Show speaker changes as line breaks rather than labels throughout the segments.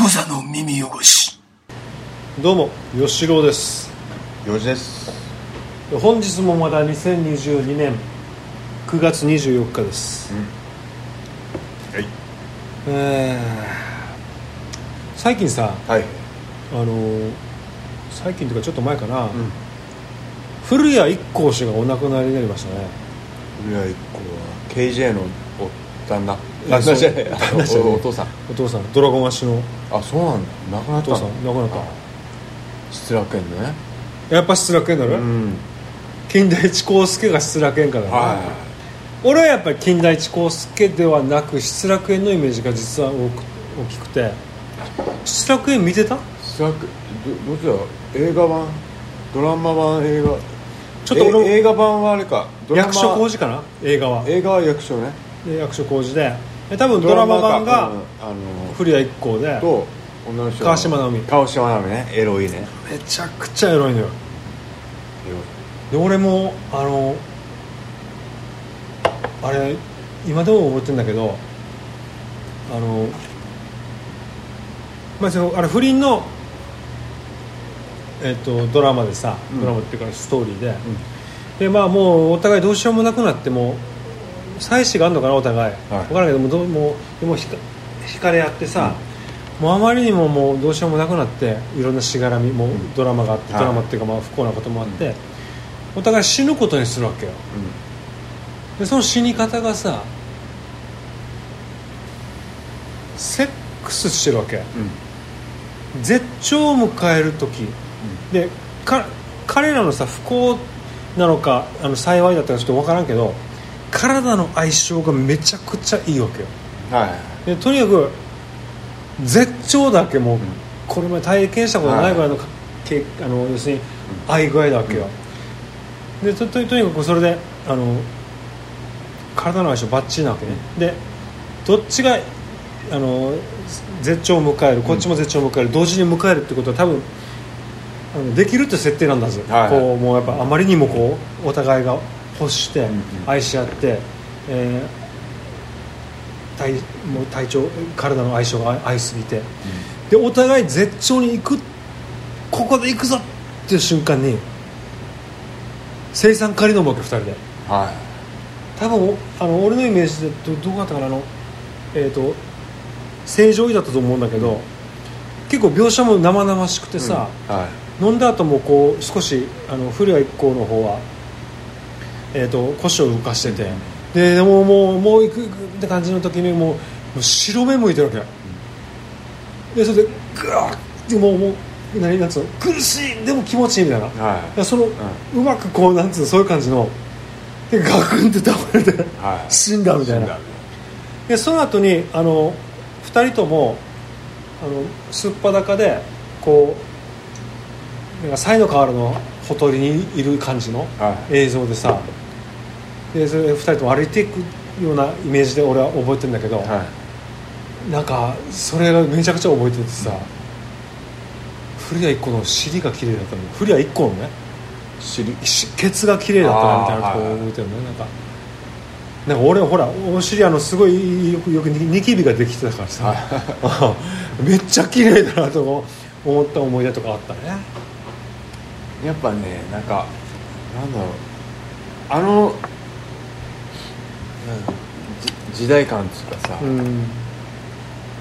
無座の耳汚し
どうも吉郎です
4時です
本日もまだ2022年9月24日です、
はい
えー最近さ
はい
あのー最近というかちょっと前かな、古谷一行氏がお亡くなりになりましたね
古谷一行は KJ のお旦那
え
旦那じゃないあ
そう
の
旦那じゃない
おお父さん
お父さんドラゴン足の
あそうなんだ亡くな
お
った
父
の
さん亡くなっ
失楽園のね
たやっぱ失楽園だ
う
ろ、
ん
金田一耕助が失楽園かだね、
は
俺はやっぱり金田一耕助ではなく失楽園のイメージが実は多く大きくて失楽園見てた
い失楽どどっちだ映画版ドラマ版映画
ちょっと俺も
え映画版はあれかドラマ
役所広司かな映画は
映画は役所ね
で役所広司でで多分ドラマ版
ドラマ
が
かうんあの
古谷一行で
と女の人
川島直美
川島直美ねエロいね
めちゃくちゃエロいの
エ
よ
ロい
で俺もあのあれ今でも覚えてるんだけどあの、まあ、そのあれ不倫の、えっとドラマでさ、
うん
ドラマっていうかストーリーで、でまあもうお互いどうしようもなくなってもう妻子があるのかなお互い、
はい
分からないけどもうどうもうでもひか惹かれ合ってさ、もうあまりにももうどうしようもなくなっていろんなしがらみもうドラマがあって、
はい
ドラマっていうかまあ不幸なこともあって、お互い死ぬことにするわけよでその死に方がさセックスしてるわけ
うんうん
絶頂を迎える時でか彼らのさ不幸なのかあの幸いだったかちょっと分からんけど体の相性がめちゃくちゃいいわけよ
うんはいはい
でとにかく絶頂だけもう、
ん
これまで体験したことないぐらいのかけあの要するに愛具合だわけよ、でとととにかくそれであの体の相性バッチリなわけね、でどっちがあの絶頂を迎えるこっちも絶頂を迎える、同時に迎えるってことは多分あのできるって設定なんだぜ、
はい
こうもうやっぱあまりにもこうお互いが欲して、
んうん
愛し合って、えー体もう体調体の相性が合いすぎてでお互い絶頂に行くここで行くぞっていう瞬間に生産仮のわけ2人で
はい
多分あの俺のイメージでどどこだったかなあのえっ、と正常位だったと思うんだけど結構描写も生々しくてさ、
うんはい
飲んだ後もこう少しあの古谷一行の方は、えー、と腰を浮かしてて、
うん
ででもうもうもう行く行くって感じの時にもうもう白目向いてるわけよ、でそれでグワーってもうもう何なんつうの苦しいでも気持ちいいみたいな、だか
は
らその、うまくこうなんつうのそういう感じのでガクンって倒れて
いはい
死んだみたいなでその後にあの2人ともあのすっぱだかでこうなんかサイの河原のほとりにいる感じの
はい
映像でさでそれで2人とも歩いていくようなイメージで俺は覚えてるんだけど、
は
なんかそれがめちゃくちゃ覚えててさ古谷一行の尻が綺麗だったの古谷一行のね
い尻
しケツが綺麗だったなみたいなとこ
あー
覚えてるねなんかなんか俺ほらお尻あのすごいよくよくニニキビができてたからさ、めっちゃ綺麗だなと思った思い出とかあったね
やっぱねなんかなんだろうあのじ時代感っつうかさ、
うん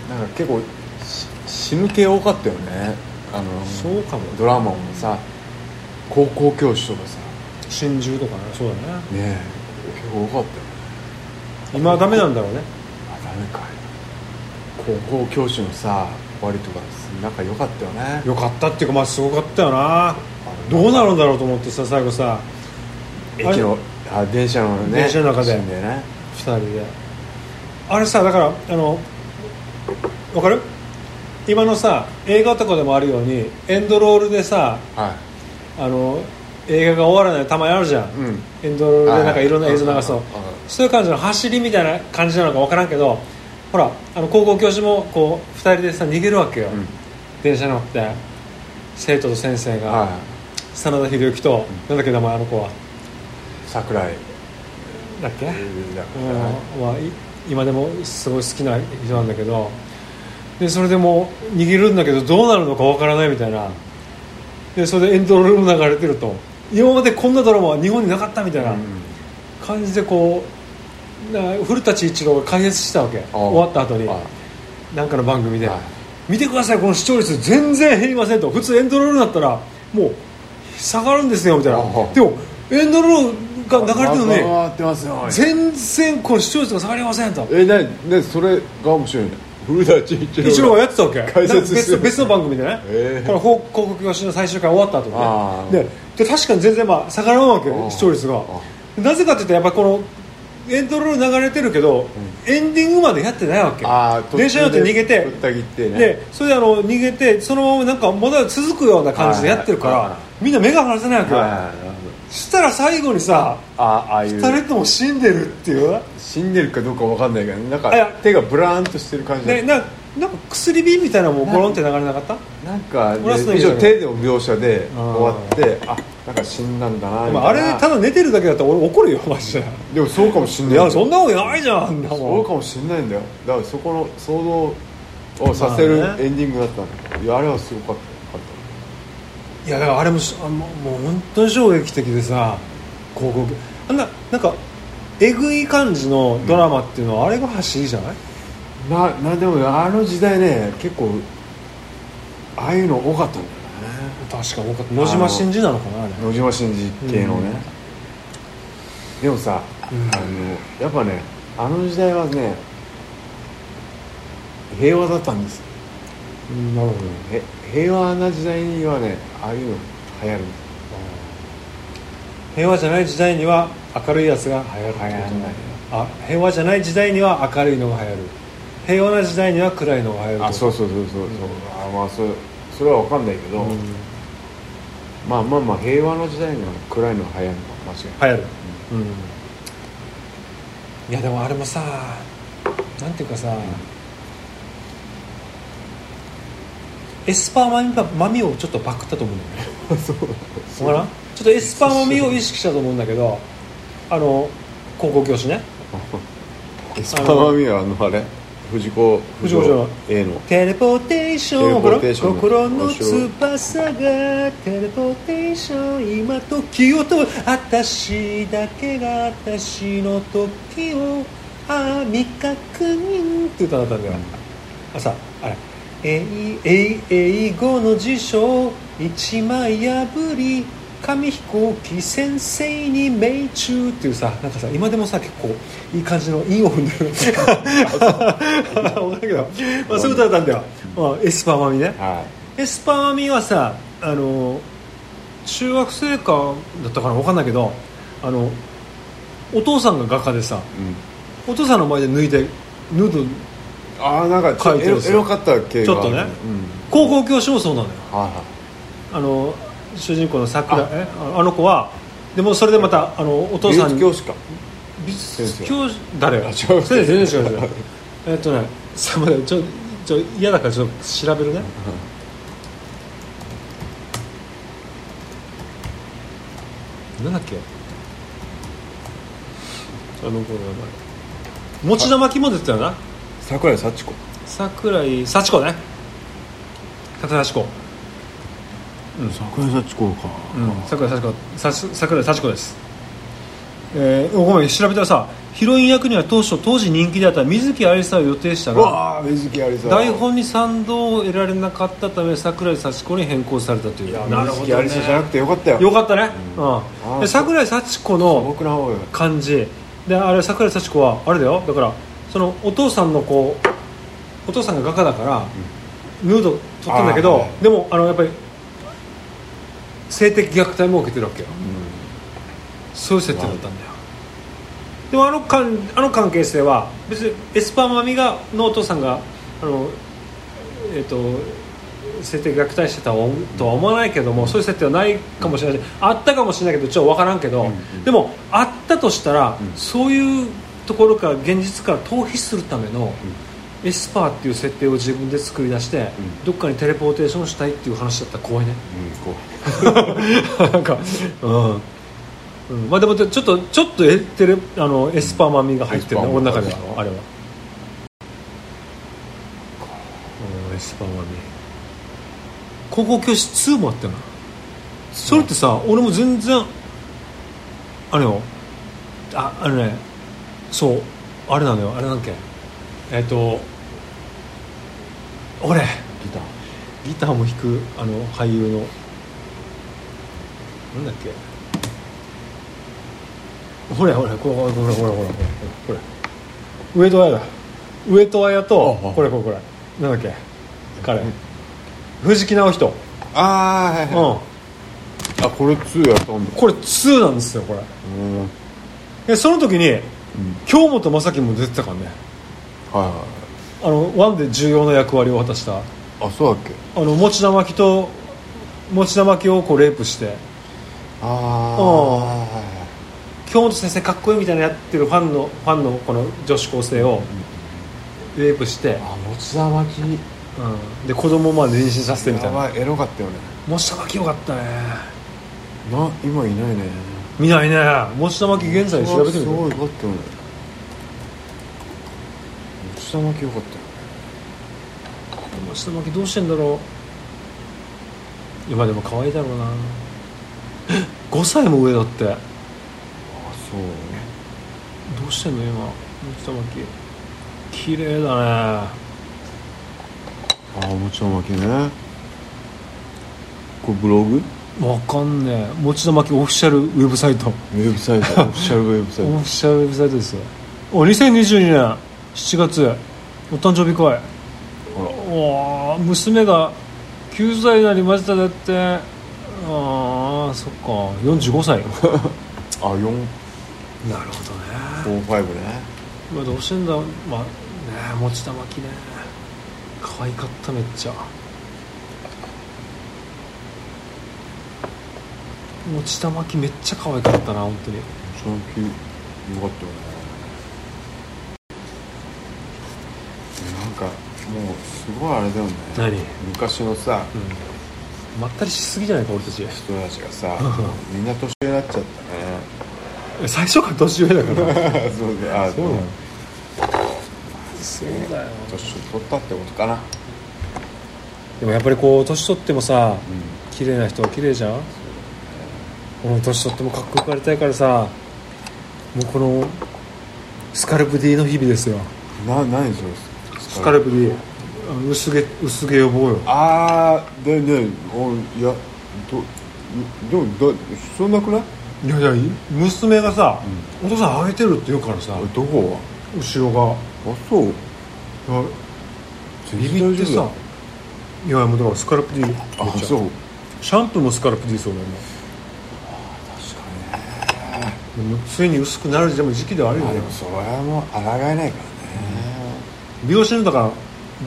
なんか結構し死ぬ系多かったよねあの
そうかも
ドラマもさ高校教師とかさ
真珠とかねそうだね
ねえ結構多かったよね
今はダメなんだろうね
あダメか高校教師のさ終わりとかなんか良かったよね
よかったっていうかまあすごかったよなどうなるんだろうと思ってさ最後さ
駅のあ電車のね
電車の中で
シーンだよね
2人であれさだからあのわかる今のさ映画とかでもあるようにエンドロールでさ
は
あの映画が終わらないたまにあるじゃん、
いうん
エンドロールでなんかいろんな映像流そう
あああ
そういう感じの走りみたいな感じなのか分からんけどほらあの高校教師もこう2人でさ逃げるわけよ、
あうん
電車乗って生徒と先生が、
は
真田広之と、なんだっけ名前あの子はい
桜井
だっけ、
だか
うんまあ、い今でもすごい好きな人なんだけどでそれでもう逃げるんだけどどうなるのかわからないみたいなでそれでエンドロールも流れてると今までこんなドラマは日本になかったみたいな感じでこうだから古舘一郎が解説したわけ
あ
終わった後に
はい
なんかの番組で
はい
見てくださいこの視聴率全然減りませんと普通エンドロールだったらもう下がるんですよみたいな
ああ
でもエンドロールが流れてるの
回
に
回ってますよ
全然この視聴率が下がりませんと
えなねそれが面白いね古舘一郎
一郎がやってたわけ
解説して
別別の番組でね、
へえ
これ報報告表紙の最終回終わった後
ああ
で,、ね、でで確かに全然まあ下がらんわけ
ああ
よ視聴率がなぜかというとやっぱりこのエンドロール流れてるけど、エンディングまでやってないわけ
あー
電車に乗って逃げて
ぶった切ってね
でそれであの逃げてそのままなんかまだ続くような感じでやってるから、
はいはい
みんな目が離せないわけよ、
はいはいはいなるほど
したら最後にさ
あああいう
2人とも死んでるっていう
死んでるかどうかわかんないけどなん
あいや
か手がブラーンとしてる感じで
でななんか薬瓶みたいなのもゴロンって流れなかった
なんかね
俺はそういう
一
の
応手の描写で
あー
終わってあなんか死んだんだなみ
ま
たい
あ、
な
あれただ寝てるだけだったら俺怒るよマジで
でもそうかもしん
い
ない
やそんなことないじゃんあんな
そう
も
んかもしんないんだよだからそこの想像をさせる
まあね
エンディングだったんだよいやあれはすごかった
いやだからあれもしあもうもう本当に衝撃的でさ広告あんななんかえぐい感じのドラマっていうのは、あれが走りじゃない
ななでもあの時代ね結構ああいうの多かったんだよね
確か多かった野島真司なのかなあれ
野島伸二系のね、でもさ、
うん
あのやっぱねあの時代はね平和だったんです
うんなるほど
へ平和な時代にはねああいうの流行るんです
平和じゃない時代には明るいやつが流行るってこと
流行らない
あ平和じゃない時代には明るいのが流行る平和な時代には暗いのが流行る
あそううそうそうそうそう、あまあそれそれは分かんないけど、
ん、流
まあまあまあ平和の時代には暗いのが流行るのは間違いない、
行るうんいやでもあれもさなんていうかさ、エスパーマミパマミをちょっとバクったと思うんだよね
そう
わからんちょっとエスパーマミを意識したと思うんだけどあの高校教師ね
エスパーマミはあのあれ藤子
藤子不二雄
A の
テレポーテーション
テレポーテーション
ほら心の翼がテレポーテーション今時をと私だけが私の時をあ未確認って歌だったんだよ、あさあれえいえい英語の辞書を一枚破り紙飛行機先生に命中っていうさなんかさ今でもさ結構いい感じの韻を踏んでる わかんないけど、まあ、そういう歌だったんだよ、まあ、エスパーマミね
は
エスパーマミはさあの中学生かだったかなわかんないけどあのお父さんが画家でさ
い、うん
お父さんの前で抜いてヌード
ああなんかちょ
書
っ
い
と
て
エ
るん
ロ
です
エ
よ
ロかった系が
ちょっとね
うん
高校教師もそうなのよ
はいは
あの主人公の桜えああの子はでもそれでまたあのお
い
父さん
美術教師か
美術
先生
教師誰
あ違う
先生全然違う 違うえっとねさまだちょちょ嫌だからちょっと調べるねなんだっけあの子の名前持田真希も出てたよな
桜井幸子
桜井幸子ね桜井幸子
桜井幸子か
桜井幸子さす桜井幸子です、えー、ごめん調べたらさヒロイン役には当初当時人気であった水木ありさを予定した
う
が
わあ水木有りさ
台本に賛同を得られなかったため桜井幸子に変更されたという
水木有りさじゃなくてよかったよ
よかったね、
う
うん
あー
で桜井幸子の
僕の方よ
感じであれ桜井幸子はあれだよだからそのお父さんのこうお父さんが画家だから、ヌード撮ったんだけ
あー
ど、
はい
でもあのやっぱり性的虐待も受けてるわけよそういう設定だったんだよでもあのかんあの関係性は別にエスパーマミがのお父さんがあのえっ、と性的虐待してたとはとは思わないけどもそういう設定はないかもしれないしあったかもしれないけどちょっと分からんけど、
うんうん
でもあったとしたら、
うん
そういうところから現実から逃避するための、エスパーっていう設定を自分で作り出し
う
て、
ん
どっかにテレポーテーションしたいっていう話だったら怖いね
うんこ
なんか、うんうん、まあでもちょっとちょっとエテレあのエスパーマミが入ってるね
エスパーマ
俺
ミ
の中で
そうでしょ
はあれは、レスパンはね高校教師2もあったよなそれってさ、俺も全然あれよああのねそうあれなのよあれなんだっけえっ、と俺
ギター
ギターも弾くあの俳優のなんだっけほらほらこれほらほらほらほらほらほら上戸彩だ上戸彩と
ああ
これこれこれなんだっけ彼藤木直人
ああはい
うん
あこれ2やったんだ
これ2なんですよこれ
うん、うん、
でその時に京本政樹も出てたからね
はいは
あの1で重要な役割を果たしたあ
いあそうだっけ
の持田真希と持田真希をこうレイプして
あ
うん
あ
京本先生かっこいいみたいなやってるファンのファンのこの女子高生をレイプして、
あ持田巻き
うん、で子供まで妊娠させてみ
や
たいな
ばいエロかったよね
持田真希よかったね
な今いないね
見ないね持田真希現在調べてみ
すご
る
いよかったよね持田巻きよかったよ
持田真希どうしてんだろう今でも可愛いだろうな5歳も上だってど
あそう
うしてんの今持田真希綺麗だね
ああ持田巻きねこれブログ
わかんねえ持田真希オフィシャルウェブサイト
ウェブサイトオ フィシャルウェブサイ
オ
ト
フィシャルウェブサイトですよお2022年7月お誕生日会
あら
おー娘が9歳になりましただってああそっか45歳
あ4
なるほどね
4 5ね
まあどうしてんだまあねえ持田真希ね可愛かっためっちゃ持田真希めっちゃ可愛かったな本当に
持田巻きよかったよねなんかもうすごいあれだよね
何、うん、
昔のさ
まったりしすぎじゃないか俺たち
人たちがさみんな年上になっちゃった
え最初から年上だから
ね そうだあ
そうなの
そう
だよ
年取ったってことかな
でもやっぱりこう年取っても
う
さ
ん
綺麗な人は綺麗じゃん俺も年取ってもかっこよくありたいからさもうこのスカルプ D の日々ですよ
な何それ
スカルプ D あの薄毛薄毛予防よ
ああでねおいやどでもだ必要なくない
いやいや娘がさ、お父さん上げてるって言うからさ
あどこは
後ろが
あそう
いやビビってさいやもうだからスカルプ D めっちゃ
あそう
シャンプーもスカルプ D そうだよね
確
でもついに薄くなるでも時期ではあるよ
かにあ
ね
でもそれはもう抗えないからね
美容師のだから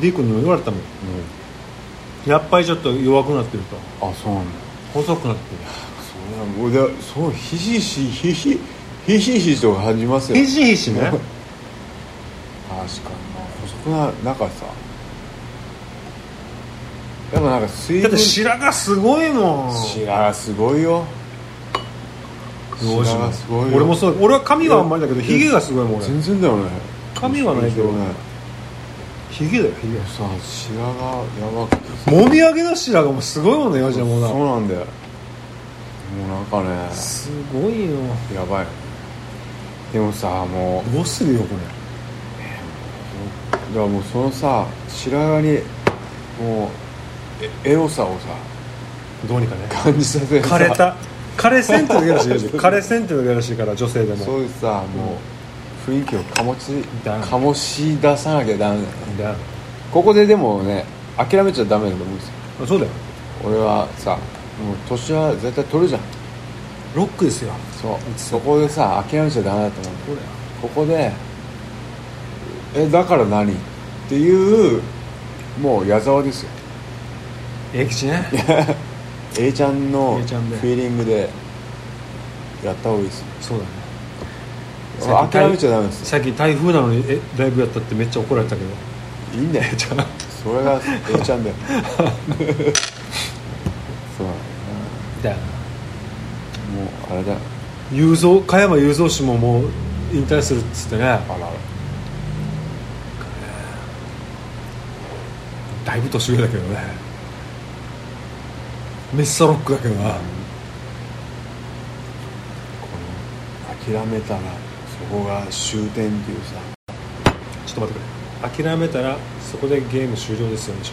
D 君にも言われたもんやっぱりちょっと弱くなってると
あそうなんだ
細くなって
そうなんもうだそうひしひしひしひしひしと感じます
る
よ
ひ
確
しひし ね
かにな細くななんかさやっぱなんか水
だって
分
白髪すごいもん
白髪すごいよ
どうしよう
白髪すごいよ
俺もそう俺は髪はあんまりだけど
いや
ひげがすごいもん俺
全然だよね
髪はないけど
ね
ひげだよひ
さ白髪やばくて
げもみあげの白髪もすごいもんねよじゃもう
そう
な
なんだよもうなんかね
すごいよ
やばいでもさも
どうするよこ
うだからもうそのさ白髪にもうえエロさをさ
れどうにかね
感じさせるさ
枯れた 枯れせんってのがらしいよ枯れせんってのがらしいから女性で
そ
も
ういうさもう雰囲気を醸し
だ
醸し出さなきゃダメだよね
だ
ここででもね諦めちゃダメだと思うんですよ
そうだよ
俺はさもう年は絶対取るじゃん
ロックですよ
そうそこでさ諦めちゃダメだと思うんだよ
そうだよ
ここで「えだから何?」っていうもう矢沢ですよ
永吉ね
A ちゃんの
A
フ
ちゃんで
ィーリングでやった方がいいです
そうだね
よ 諦めちゃダメですよ
さっき台風なのにえライブやったってめっちゃ怒られたけ
い
ど
いんだよ
じゃあ
それが A ちゃん だよそうなん
だ
だよなもうあれだよ
雄三加山雄三氏ももう引退するっつってね
あらあら
だいぶ年上だけどねめっさロックだけどな、
この諦めたらそこが終点っていうさ
ちょっと待ってく
諦めたらそこでゲーム終了ですよねでしょ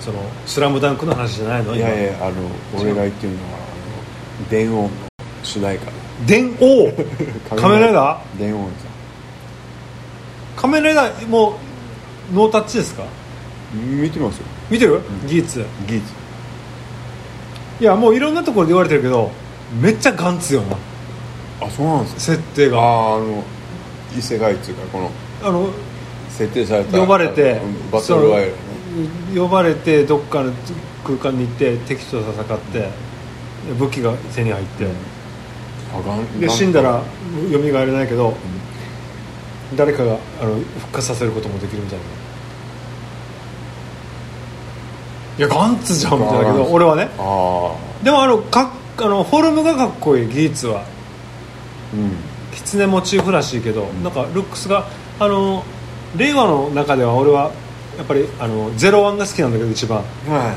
その「スラムダンクの話じゃないの
い
今
やいやあの俺が言ってるのはあの電音の主題歌
れ電 王
仮面ライダ
電音さ
仮面ライダーもうノータッチですか
見てますよ
見てる、技術
技術
いやもういろんなところで言われてるけどめっちゃガン強いな
あそうなんですか
設定
あ
があ
ああの異世界っていうかこの
の
設定された
呼ばれて
うんバトルワイヤルね
その呼ばれてどっかの空間に行って敵と戦って武器が手に入って、
あガン
で
ガン
死んだら蘇れないけど、誰かがあの復活させることもできるみたいないやガンツじゃんみたいだけ
ガン
ど
ツ
俺はね
ああ
でもあのかっあのフォルムがかっこいい技術は
うん
狐モチーフらしいけど、なんかルックスがあの令和の中では俺はやっぱりあのゼロワンが好きなんだけど一番
は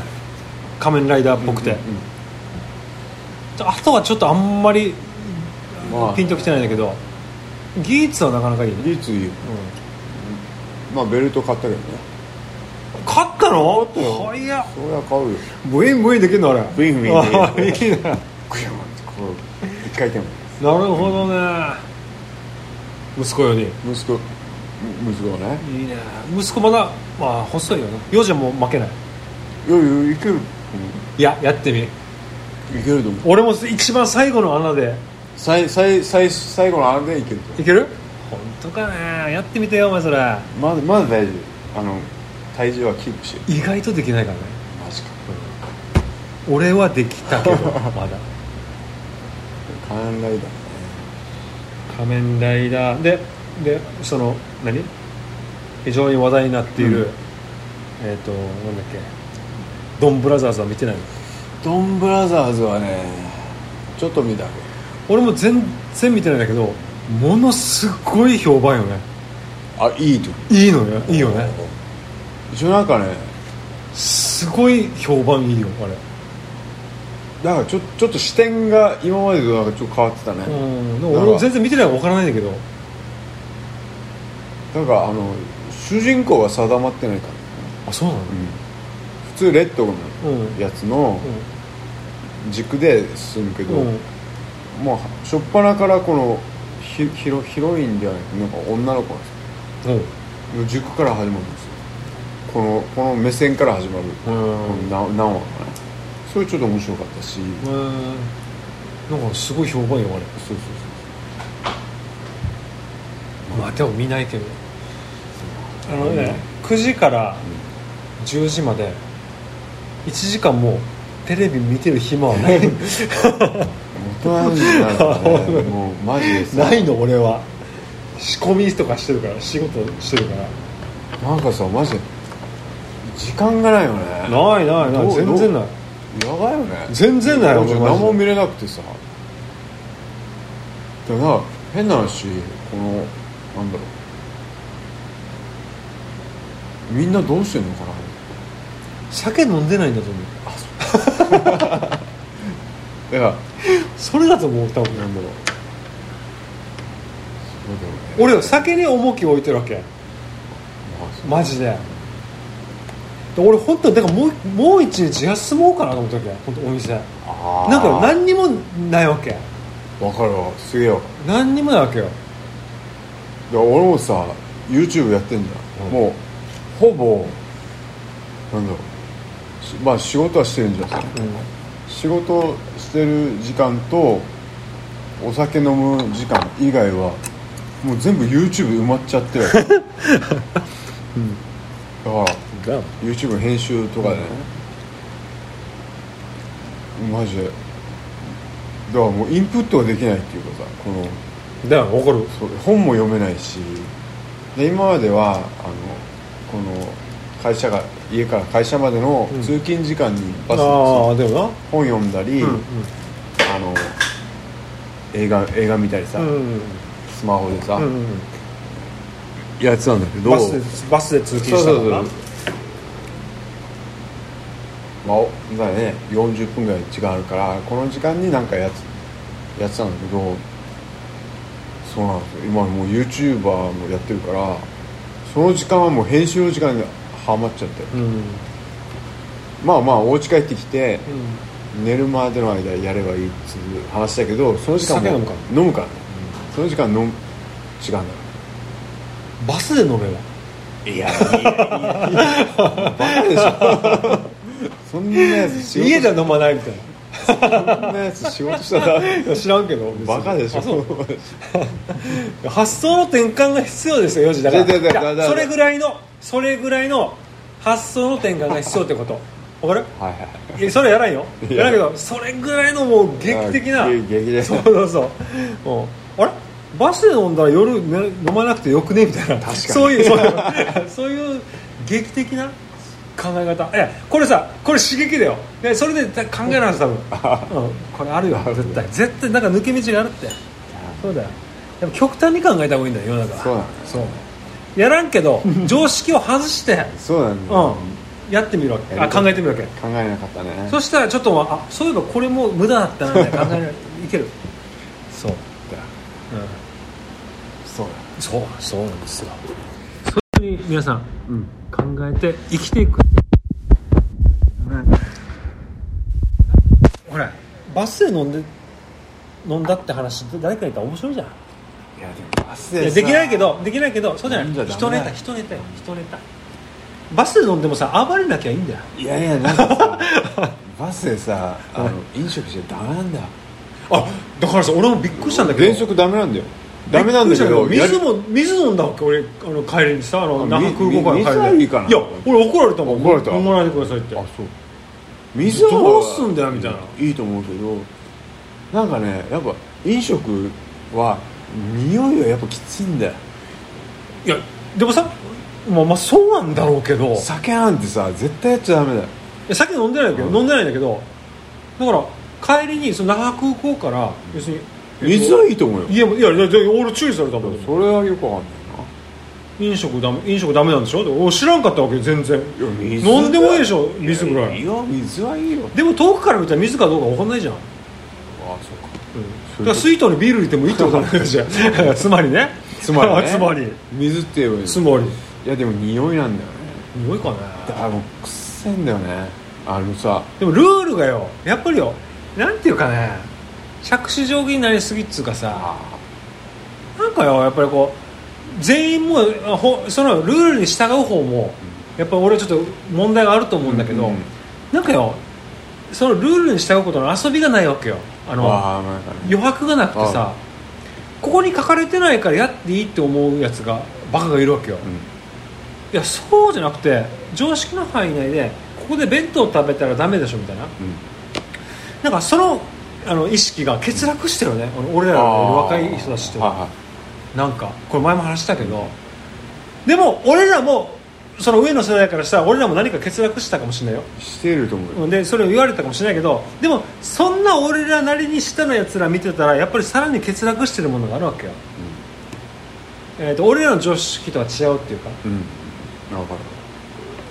仮面ライダーっぽくて、
い、うん
あとはちょっとあんまり
まあ
ピンときてないんだけど、技術はなかなかいいね、
技術いいよまあベルト買ったけどね
勝ったの
たよ
はいや
そりゃ買うよ
ブインブインできるのあれ
ブインブインできる
あいいななる
グヤンってこう一回転も
ほどね息子より
息子む息子がね
いいね息子まだまあ細いよな幼児はもう負けない
いやいやいける
いややってみ
いけると思う
俺も一番最後の穴で
最最最最後のあれでいけると思
いける本当かねやってみてよお前それ
うまだまだ大丈夫あの体重はキープしてる
意外とできないからね
マジか
俺はできたけど まだ
仮面ライダーね
仮面ライダーででその何非常に話題になっている、
うん
えっ、となんだっけドンブラザーズは見てないの
ドンブラザーズはねちょっと見たけど
俺も全然見てないんだけどものすごい評判よね
あいいと思
いいのよ
う
いいよね
一応なんかね
すごい評判いいよあれ
なんかちょちょっと視点が今までとなんかちょっと変わってたね、
うんでも俺も全然見てないから分からないんだけど
なんかあの主人公が定まってないから、
あそうなの
普通レッド
うん
のやつの軸で進むけど、
うん、うん
もう初っ端からこのヒヒロヒロインではなくなんか女の子なんです
うん
よの軸から始まるんですよこのこの目線から始まる、
うん
うん、な何話かなそれちょっと面白かったし、そう
なんかすごい評判よあれ
そうそう
まあでも見ないけどあのね9時から10時まで1時間もうテレビ見てる暇はない
大人になるとねもうマジでさ
ないの俺は仕込みとかしてるから仕事してるから
なんかさマジで時間がないよね
ないないない
どう
全然ない
やばいよね
全然ないよ
俺
マジ
何
で
も見れなくてさでもなんか変な話このなんだろうみんなどうしてんのかな
酒飲んでないんだと思う
だから
それだと思う多分
なんだろうそうだよね
俺は酒に重きを置いてるわけ
まあそう
マジでで俺本当だからもうもう一日休もうかなと思ったわけ本当お店
あー
なんか何にもないわけ
わかるわすげえわかる
何にもないわけよ
だから俺もさ YouTube やってんじゃん、
うん
もうほぼなんだろうしまあ仕事はしてるんじゃん仕事してる時間とお酒飲む時間以外はもう全部 YouTube 埋まっちゃってる、だから YouTube の編集とかでね、マジでだからもうインプットができないっていうかさこの
だから分かる
そう本も読めないしで今まではあのこの会社が家から会社までの
うん
通勤時間にバスで
ああでも
本読んだり、
な
あの映画映画見たりさ、
うんうん
スマホでさ、
うんうん
やってたんだけど
バスでバスで通
そ
勤
う
し
そ
た
う
と
そ
か
うまあおだね40分ぐらい時間あるからこの時間になんかやつやってたんだけどそうなんですよ今もう YouTuber もやってるからその時間はもう編集の時間にハマっちゃって
うんうん
まあまあお家帰ってきて寝るまでの間やればいいっつう話だけどその時間
酒飲
も
むから
飲むからね、その時間飲む時間だから
バスで飲めば
いや、いや、バカでしょ。そんなやつ仕事
家じゃ飲まないみたい
そんなやつ仕事したら
ないや 知らんけど別に
バカでし
あそう
ょ。
発想の転換が必要ですよ4時だから
いやいやいやだ
いや
だ
それぐらいのそれぐらいの発想の転換が必要ってことわかる
はい
いやそれやらんよ
い
や
や
らんけどそれぐらいのもう劇
はい。
的な
あ劇的です
そう。そうそうもうあれバスで飲んだら夜、ね、飲まなくてよくねみたいな
かに
そういうそういうそういう劇的な考え方いやこれさこれ刺激だよでそれで考え なんです多分、うん、これあるよ絶対絶対なんか抜け道があるってそうだよでも極端に考えた方がいいんだよ世の中は
そうなの
そうやらんけど常識を外して、
そうなんだ。
う
考
ん、やってみるわけあ考えてみるわけ
えなかったね。
そしたらちょっとあそういえばこれも無駄だったなみたいな考えられるいけるそう、う
そう
ん、そうそうなんですよそういうふうに皆さん
だ。うん。
考えて生きていく、ほらバスで飲んで飲んだって話誰かに言ったら面白いじゃん
いやでもバス
い
で
や
さ
できないけ。どできないけどそうじゃ
飲んじ
な
ゃ
い
ダメ
人ネタ人ネタよ人ネタバスで飲んでもさ暴れなきゃいいんだよ
いやいやなんか さ、バスでさあの飲食しちゃダメなんだ。
あだからさ俺もびっくりしたんだけど
原則ダメなんだよ。ダメなんだけど。
びっくりした
や
けど水も水飲んだわけ俺あの帰りにさあの
あ
那覇空港から帰り
み水はいいかない
や俺怒られたもん
怒られた
飲まないでくださいって
あそう水は
どうすんだよみたいない
いと思うけどなんかねやっぱ飲食は匂いはやっぱきついんだよ
いやでもさまあまあそうなんだろうけど
酒なんてさ絶対やっちゃダメだよ
いや酒飲んでないけど、
うん
飲んでないんだけどだから帰りにその那覇空港から要するに
水はいいと思うよ
家もいやいやいや俺注意されたもん
それはよくわかん
飲食ダメ飲食ダメなんでしょで俺知らんかったわけよ全然
ないない
飲んでもいいでしょ水ぐらい
いや水はいいよ
でも遠くから見たら水かどうか分かんないじゃん、うん
あそうか
だから水筒にビール入れてもいいってことなんじゃんつまりね、
つまり、ね
つまり
水って言えばいい
つまり
いやでも匂いなんだよね
匂いかね
だからもうくっせえんだよねあのさ
でもルールがよやっぱりよなんていうかね着手定規になりすぎっつうかさ
あ
なんかよやっぱりこう全員もあほそのルールに従う方もやっぱ俺ちょっと問題があると思うんだけど、
うんうん
なんかよそのルールに従うことの遊びがないわけよあ
ー
の
あーなんかね
余白がなくて
あ
さここに書かれてないからやっていいって思うやつがバカがいるわけよ、
うん
いやそうじゃなくて常識の範囲内でここで弁当食べたらダメでしょみたいな
うん
なんかそのあの意識が欠落してるよね、あの俺らのいる若い人たちって
あーはいはい
なんかこれ前も話したけどでも俺らもその上の世代からしたら俺らも何か欠落したかもしれないよ
してると思うよ、
でそれを言われたかもしれないけどでもそんな俺らなりに下のやつら見てたらやっぱりさらに欠落してるものがあるわけよ、えー、と俺らの常識とは違うっていうか
うん分か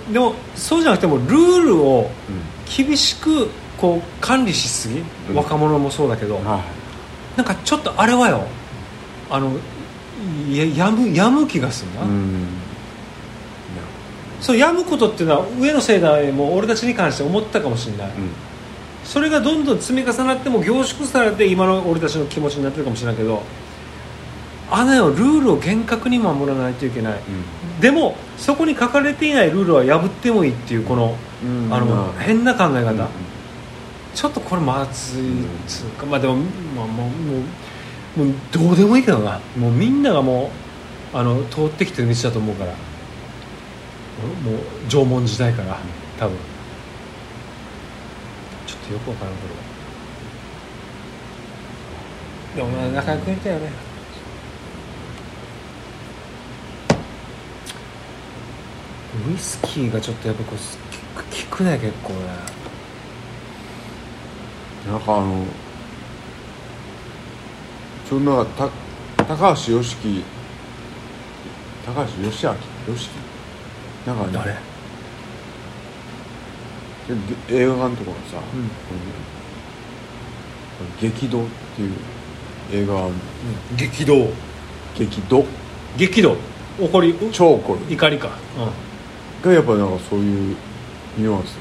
る、
でもそうじゃなくてもルールを厳しくこう管理しすぎ、
うん
若者もそうだけど、
はい
なんかちょっとあれはよあのややむやむ気がする
う
な、
ん
そうやむことっていうのは上の世代も俺たちに関して思ったかもしれない、
うん
それがどんどん積み重なっても凝縮されて今の俺たちの気持ちになってるかもしれないけどあのよルールを厳格に守らないといけないでもそこに書かれていないルールは破ってもいいっていうこの,、
うん
あの変な考え方、
うん
ちょっとこれまずいっつうか、まあでも、まあ、もうもうもうどうでもいいけどなもうみんながもうあの通ってきてる道だと思うからもう縄文時代から多分ちょっとよくわからんけどでもまあ仲良くやりたいよねウイスキーがちょっとやっぱこう効く効くね結構ね
なんかあのそんなた高橋良樹高橋良明良樹なんかね
誰
で映画館とかがさ、
うん
激動っていう映画は
激動
激怒
激怒怒りう
超怒る
怒りか
がやっぱなんかそういうニュアンスで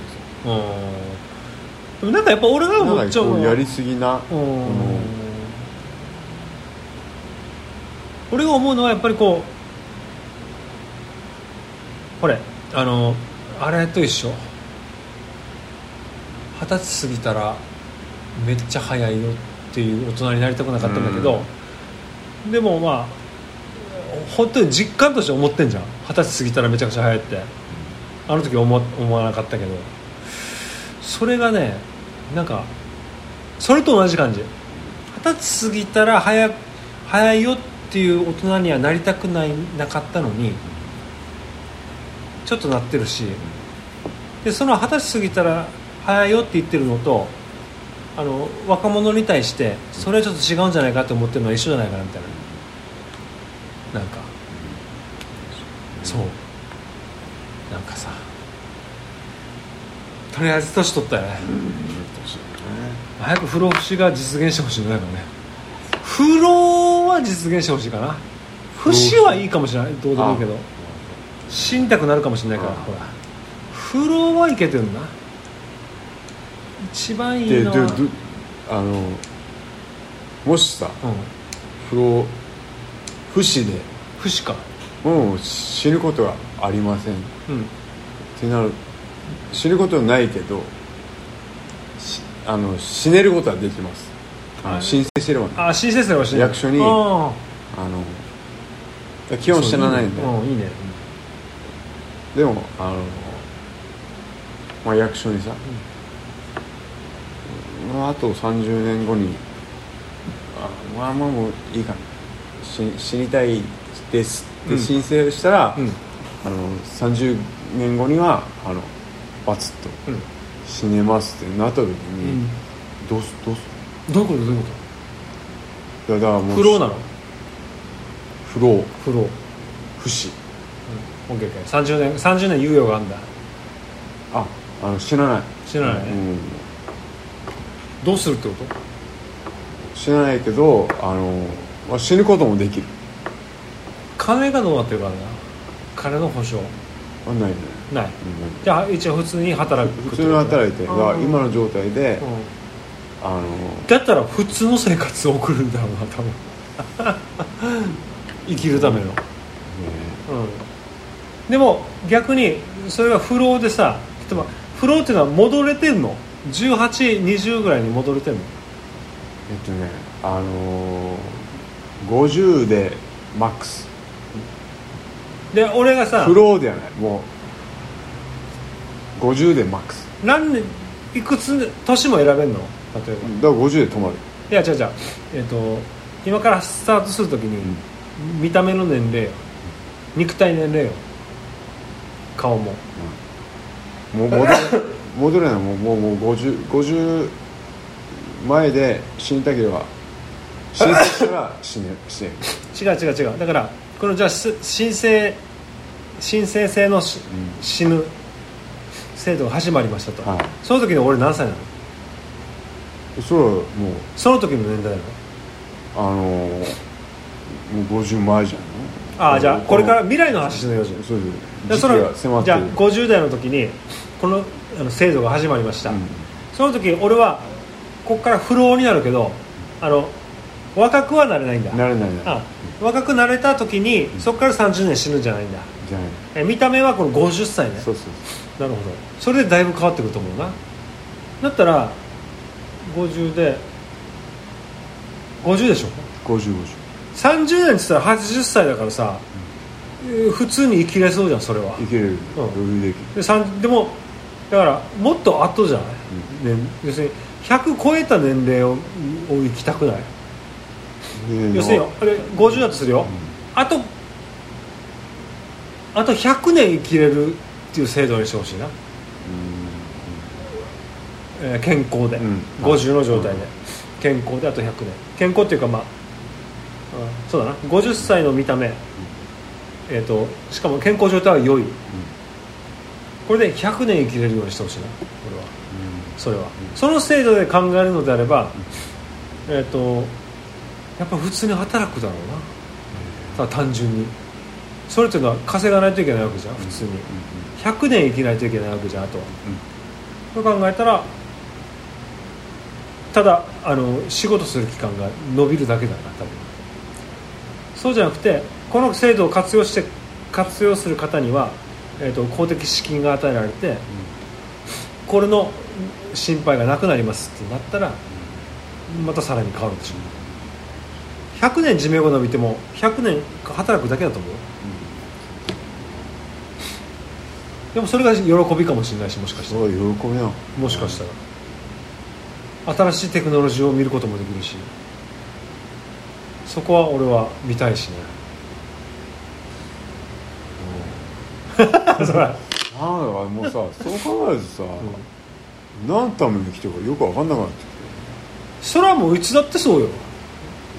さ
うんうんでもなんかやっぱ俺が思
な
っ
ん
ちゃ
か
うの
こ
は
うやりすぎな、
う
うんん
俺が思うのはやっぱりこうこれあのあれと一緒二十歳過ぎたらめっちゃ早いよっていう大人になりたくなかったんだけど、でもまあ本当に実感として思ってんじゃん二十歳過ぎたらめちゃくちゃ早いってあの時思思わなかったけどそれがねなんかそれと同じ感じ二十歳過ぎたら早早いよっていう大人にはなりたくないなかったのにちょっとなってるしでその二十歳過ぎたら早いよって言ってるのとあの若者に対してそれはちょっと違うんじゃないかと思ってるのは一緒じゃないかなみたいななんかそうなんかさとりあえず年取ったよね、早く不老不死が実現してほしいんだからね不老は実現してほしいかな不死はいいかもしれないどうでもいいけど死にたくなるかもしれないから
あ
ほら不老はいけてるな一番いい
で
の
で
は、うん
で、あのもしさ不老不死で
不死か
もう死ぬことがありませんっ
うん
てなる死ぬことはないけどしあの死ねることはできますあの
はい
申請してればね
あ申請すればして
役所にあの基本死なないんだよ
うんいいね
でもあの、まあ、役所にさ、まあ、あと30年後にあまあまあもういいかな死死にたいですっ
う
て
ん
申請したら、
うん
あの30年後にはあのバツッと
うん
死ねますってなった時
う
に、
ん
どうすどうす
どういうことどういうこ
るいやだからも
と
う
不老なの
不老
不老
不死
OKOK30 年30年猶予があるんだ
ああの死なない、
死なないね、
うん、
どうするってこと
死なないけどあの、まあ、死ぬこともできる
金がどうなってるからな金の保証
あないね、
ない
うん
じゃあ一応普通に働く
普通に働いて
あ
が
ー
今の状態で、
うん
あの
だったら普通の生活を送るんだろうな 多分生きるための、うん、でも逆にそれが不老でさ例えば不老っていうのは戻れてんの1820ぐらいに戻れてんの
えっとねあの50でマックス
で俺がさ
フローではないもう50でマックス
何年いくつ年も選べんの例え
だか
ば
ら50で止まる
いや違う違う、えっと今からスタートするときに、見た目の年齢よ肉体年齢よ顔も
もう戻 れ戻れないもうもうもう 50, 50前で死にたければ死にした ら死ね死ねる
違う違う違うだからこのじゃあす申請申請制のし、
う
死ぬ制度が始まりましたと、
はい
その時に俺何歳なの
それはもう
その時の年代なの
あのもう50前じゃん
ああじゃあこれから
そう
未来の話のようじゃん
そう
で
時
そ
期
の
が迫っ
じ
て
ゃあ
る
50代の時にこのあの制度が始まりました、
うん
その時俺はここから不老になるけどあの若くはなれないんだ
なれないなれない
あ若くなれた時にそこから30年死ぬんじゃないんだ
じゃない
え見た目はこの50歳ね
そうそう
なるほどそれでだいぶ変わってくると思うなだったら50で50でしょ
そう5050
30年って言ったら80歳だからさ、えー普通に生きれそうじゃんそれはい
ける
うん
余裕できる
でさんでもだからもっと後じゃない、ね、要するに100超えた年齢をを生きたくない要するにあれ50だとするよ、あとあと100年生きれるっていう制度にしてほしいな、えー健康で、
うん
50の状態で、健康であと100年健康っていうかまあ、うんそうだな50歳の見た目、えー、としかも健康状態は良い、これで100年生きれるようにしてほしいな俺はそれは、その制度で考えるのであれば、えっ、とやっぱ普通に働くだろうな、ただ単純にそれっていうのは稼がないといけないわけじゃん普通に、100年生きないといけないわけじゃんあとは、そう考えたらただあの仕事する期間が伸びるだけだな多分そうじゃなくてこの制度を活用して活用する方には、えー、と公的資金が与えられて、これの心配がなくなりますってなったら、またさらに変わるでしょう100年寿命が伸びても100年働くだけだと思うよでもそれが喜びかもしれないしもしかしたら
そう喜びな
もしかしたら新しいテクノロジーを見ることもできるしそこは俺は見たいしね、 そら
なんだかもうさそう考えるとさ、何のために生きてるかよく分かんなくなって
それはもういつだってそうよ、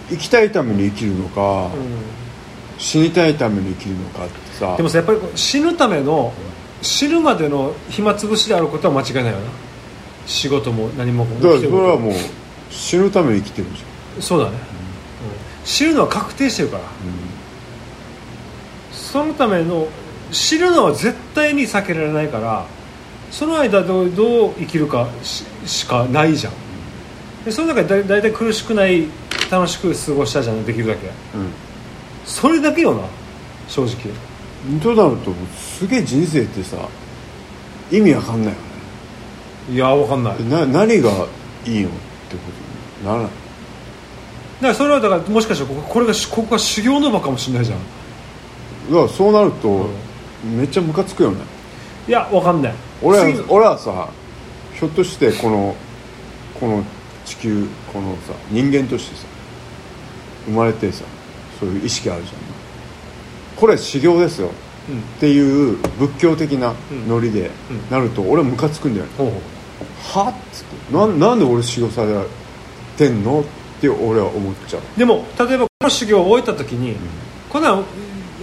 きて生きたいために生きるのか、死にたいために生きるのかってさ
でもさやっぱりこう死ぬための死ぬまでの暇つぶしであることは間違いないよな仕事も何も
だからそれ
も
はもう死ぬために生きてるじ
そうだね、うん死ぬのは確定してるから、
ゃん、
そのための知るのは絶対に避けられないからその間どうどう生きるかししかないじゃんでその中でだ大体苦しくない楽しく過ごしたじゃんできるだけ
う
それだけよな正
ん
直
うん、となるとすげえ人生ってさ意味わかんないよ
いやわかんないだ
ね
か
な何がいいのってことにならない
らそれはだからもしかしたらこここれがしここが修行の場かもしれないじゃん
だからそうなると、めっちゃムカつくよね
いやわかんない
俺
次
は俺はさひょっとしてこのこの地球このさ人間としてさ生まれてさそういう意識あるじゃんこれ修行ですよ
うん
っていう仏教的なノリで
うんうん
なると俺ムカつくんだよね
ほうほう
はっつってなんなんで俺修行されてんのって俺は思っちゃう
でも例えばこの修行を終えた時に、こんなん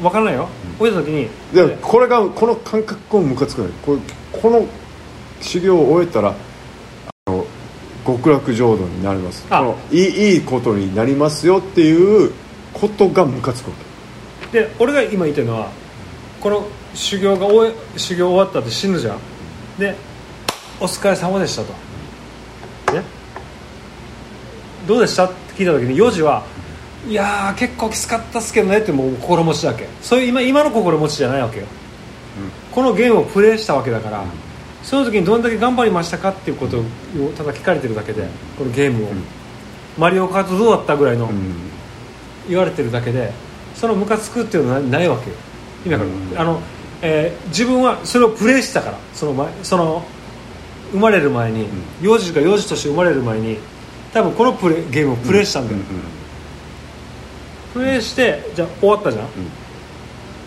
わからないよ、終えた時に
でこれがこの感覚をムカつくないこれこの修行を終えたらあの極楽浄土になりますこ
あ
のいいいいことになりますよっていうことがムカつくわ
で俺が今言ってるのはこの修行が終え修行終わったって死ぬじゃんで「お疲れ様でしたと」ねどうでしたって聞いた時に4時は「いやー結構きつかったっすけどね」ってもう心持ちだけそういう今今の心持ちじゃないわけよ、このゲームをプレイしたわけだから、その時にどんだけ頑張りましたかっていうことをただ聞かれてるだけでこのゲームを、マリオカートどうだったぐらいの、
け、うん、
言われてるだけでそのムカつくっていうのはないわけよ意味わかる
うん
あの、えー自分はそれをプレイしてたからその前その生まれる前に、幼児が幼児として生まれる前に多分このプレイゲームをプレイしたんだよ、プレイしてじゃあ終わったじゃん、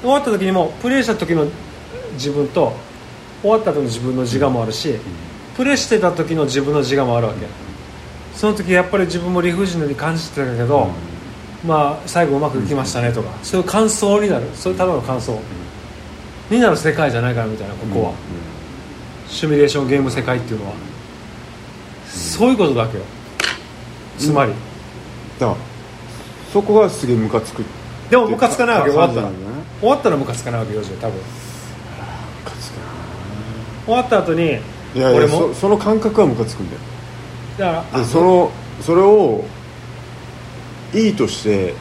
終わった時にもプレイした時の自分と終わった後の自分の自我もあるし、プレイしてた時の自分の自我もあるわけ、その時やっぱり自分も理不尽に感じてたけど、まあ、最後うまくいきましたねとか、そういう感想になるそういうただの感想、になる世界じゃないからみたいなここは、シミュレーションゲーム世界っていうのは、そういうことだけよつまり、
だからそこがすげえムカつく
でもムカつかないわけ終わったら
感じなんだよね
終わったらムカつかないわけよじゃあ多分
ムカつく
終わった後に
ないやい
俺
や
も
そその感覚はムカつくんだよ
だから
でそのそれをいいとして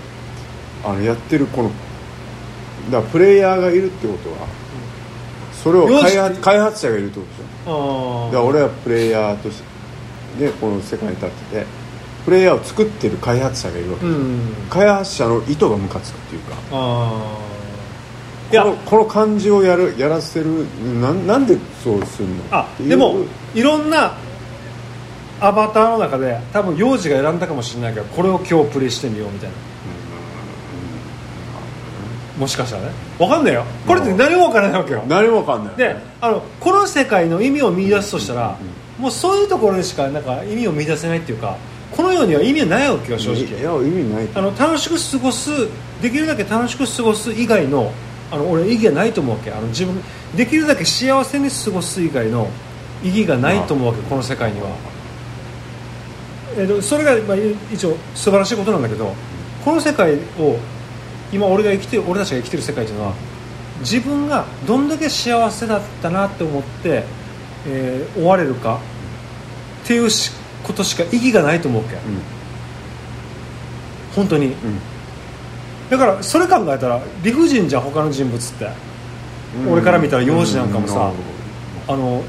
あのやってるこのだからプレイヤーがいるってことはそれを
よし
開発開発者がいるってことでしょだ
あ
から
ー
俺はプレイヤーとしてでこの世界に立っててプレイヤーを作ってる開発者がいるわけ、
うん
開発者の意図がムカつくっていうか
あ
こ
ーいや
のこの感じをやるやらせるなんなんでそうするの
あ
っていう
でもいろんなアバターの中で多分幼児が選んだかもしれないけどこれを今日プレイしてみようみたいなもしかしたらね分かんないよこれって何も分からないわけよ
何もわかんないよね
であのこの世界の意味を見出すとしたらもうそういうところにしかなんか意味を見出せないっていうかこの世には意味はないわけよ正
い
直
や意味ない
あの楽しく過ごすできるだけ楽しく過ごす以外のあの俺意義はないと思うわけあの自分できるだけ幸せに過ごす以外の意義がないと思うわけこの世界には、えっとそれが、まあ、一応素晴らしいことなんだけどこの世界を今俺が生きてる俺たちが生きてる世界というのは自分がどんだけ幸せだったなって思って、えー追われるかっていうしことしか意義がないと思うわけ、
うん
本当にだからそれ考えたら理不尽じゃん他の人物って
うん
俺から見たら幼児なんかもさあの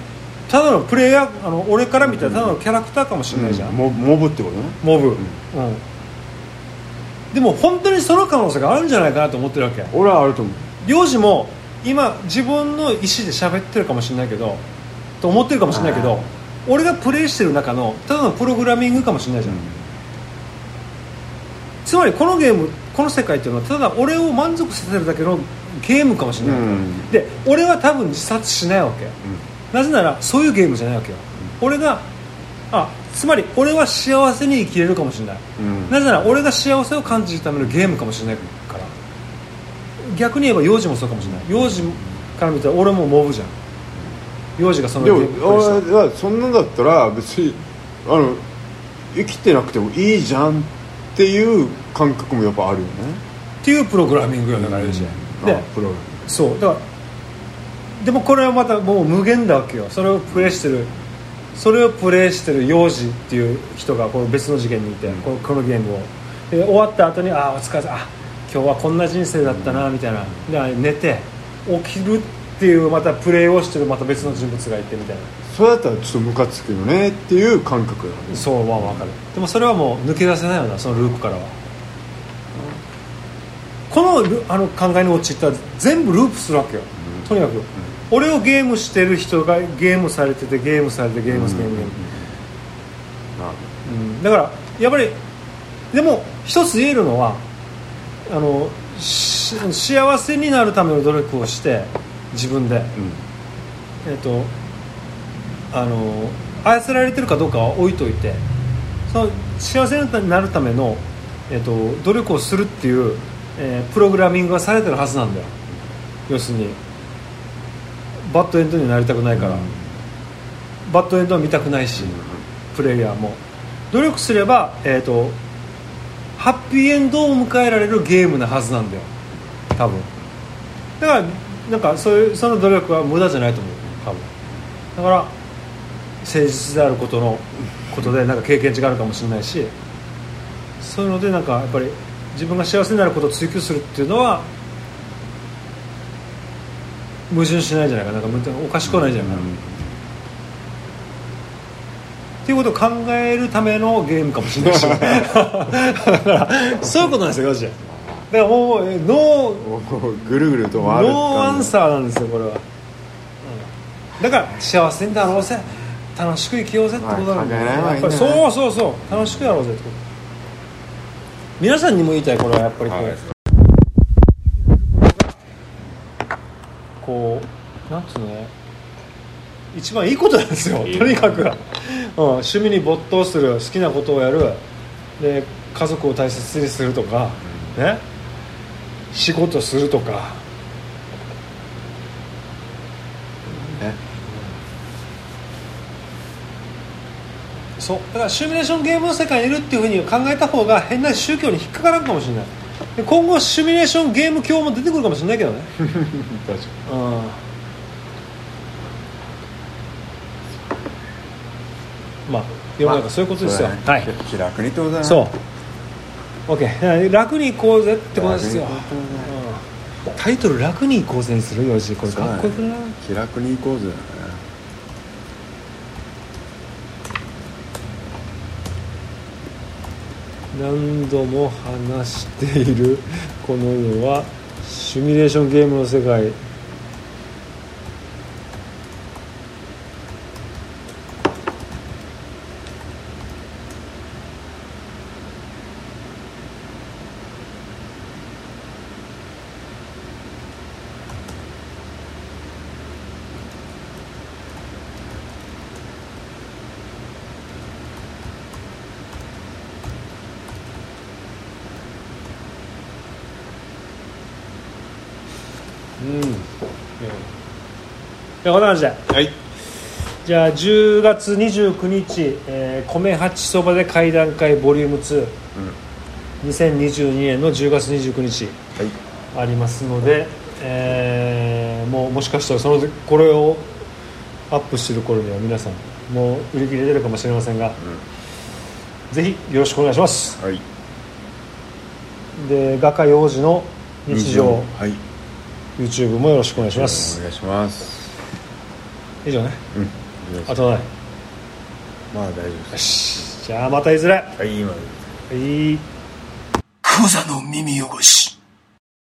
ただのプレイヤーあの俺から見たらただのキャラクターかもし
う
れ
ん
ないじゃん、
モモブってことね
モブ、うんでも本当にその可能性があるんじゃないかなと思ってるわけ
俺はあると思う
幼児も今自分の意思で喋ってるかもしれないけどと思ってるかもしれないけ
あ
ど俺がプレイしてる中のただのプログラミングかもしれないじゃん、つまりこのゲームこの世界っていうのはただ俺を満足させるだけのゲームかもしれない、
うん
で俺は多分自殺しないわけ、なぜならそういうゲームじゃないわけよ、俺があつまり俺は幸せに生きれるかもしれない、
うん
なぜなら俺が幸せを感じるためのゲームかもしれないから逆に言えば幼児もそうかもしれない幼児から見たら俺もモブじゃん幼児がその
でも
ゲームをプレイした
俺はそんなんだったら別にあの生きてなくてもいいじゃんっていう感覚もやっぱあるよね
っていうプログラミングよだから幼児
で
で
プログラ
そうだからでもこれはまたもう無限だわけよそれをプレイしてるそれをプレイしてる幼児っていう人がこの別の次元にいて、このこのゲームをで終わった後にああお疲れ様あ今日はこんな人生だったなみたいなで寝て起きるっていうまたプレイをしてるまた別の人物がいてみたいな
ムそれだったらちょっとムカつくよねっていう感覚だね
そうはわかるでもそれはもう抜け出せないよなそのループからは、このルあの考えに陥ったら全部ループするわけよ、とにかく、俺をゲームしてる人がゲームされててゲームされてゲームしてゲームゲーム、
な
うんだからやっぱりでも一つ言えるのはあのし幸せになるための努力をして自分で、
うん
えっとあの操られてるかどうかは置いといてその幸せになるための、えっと努力をするっていう、えープログラミングがされてるはずなんだよ要するにバッドエンドになりたくないから、バッドエンドは見たくないし、プレイヤーも努力すれば、えっとハッピーエンドを迎えられるゲームなはずなんだよ多分だからなんかそういうその努力は無駄じゃないと思う多分だから誠実であることのことでなんか経験値があるかもしれないしそういうのでなんかやっぱり自分が幸せになることを追求するっていうのは矛盾しないんじゃないかななんかおかしくはないんじゃないかな、っていうことを考えるためのゲームかもしれないしだからそういうことなんですよマジでだからもうえノー
こうぐるぐると回る
ノーアン
ー
サーなんですよこれは、うんだから幸せになろうぜ楽しく生きようぜってことなんだよね、
まあ
やっぱり
考えない方がいい
そうそうそう楽しくやろうぜってこと皆さんにも言いたいこれはやっぱりこう,、
はい
こうなんつうのね一番いいことなんですよとにかく、うん、趣味に没頭する好きなことをやるで家族を大切にするとか、ね仕事するとかそうだからシミュレーションゲームの世界にいるっていうふうに考えた方が変な宗教に引っかからんかもしれないで今後シミュレーションゲーム教も出てくるかもしれないけどね
確かに
うんまあ世の中そういうことですよ、
まあ
はい
そうだね気楽にってことだね
そう OK 楽に行こうぜってことですよ、
楽に行こ
うんタイトル「楽に行こうぜ」にするよじこれ
そうだね
かっこよくない、
気楽に行こうぜだね
何度も話しているこの世はシミュレーションゲームの世界うん、じゃあこんな感じで
はい
じゃあ10月29日、えー米八そばで会談会ボリューム2、2022年の10月29日
はい
ありますので、えーもうもしかしたらその時これをアップしてる頃には皆さんもう売り切れてるかもしれませんが、ぜひよろしくお願いします
はい
で画家幼児の日常
はい
YouTube もよろしくお願いしま
お
す
願いします
以上ね
うん
あとはない
まあ大丈夫です
よしじゃあまたいずれは
はい今
い
クザの耳汚し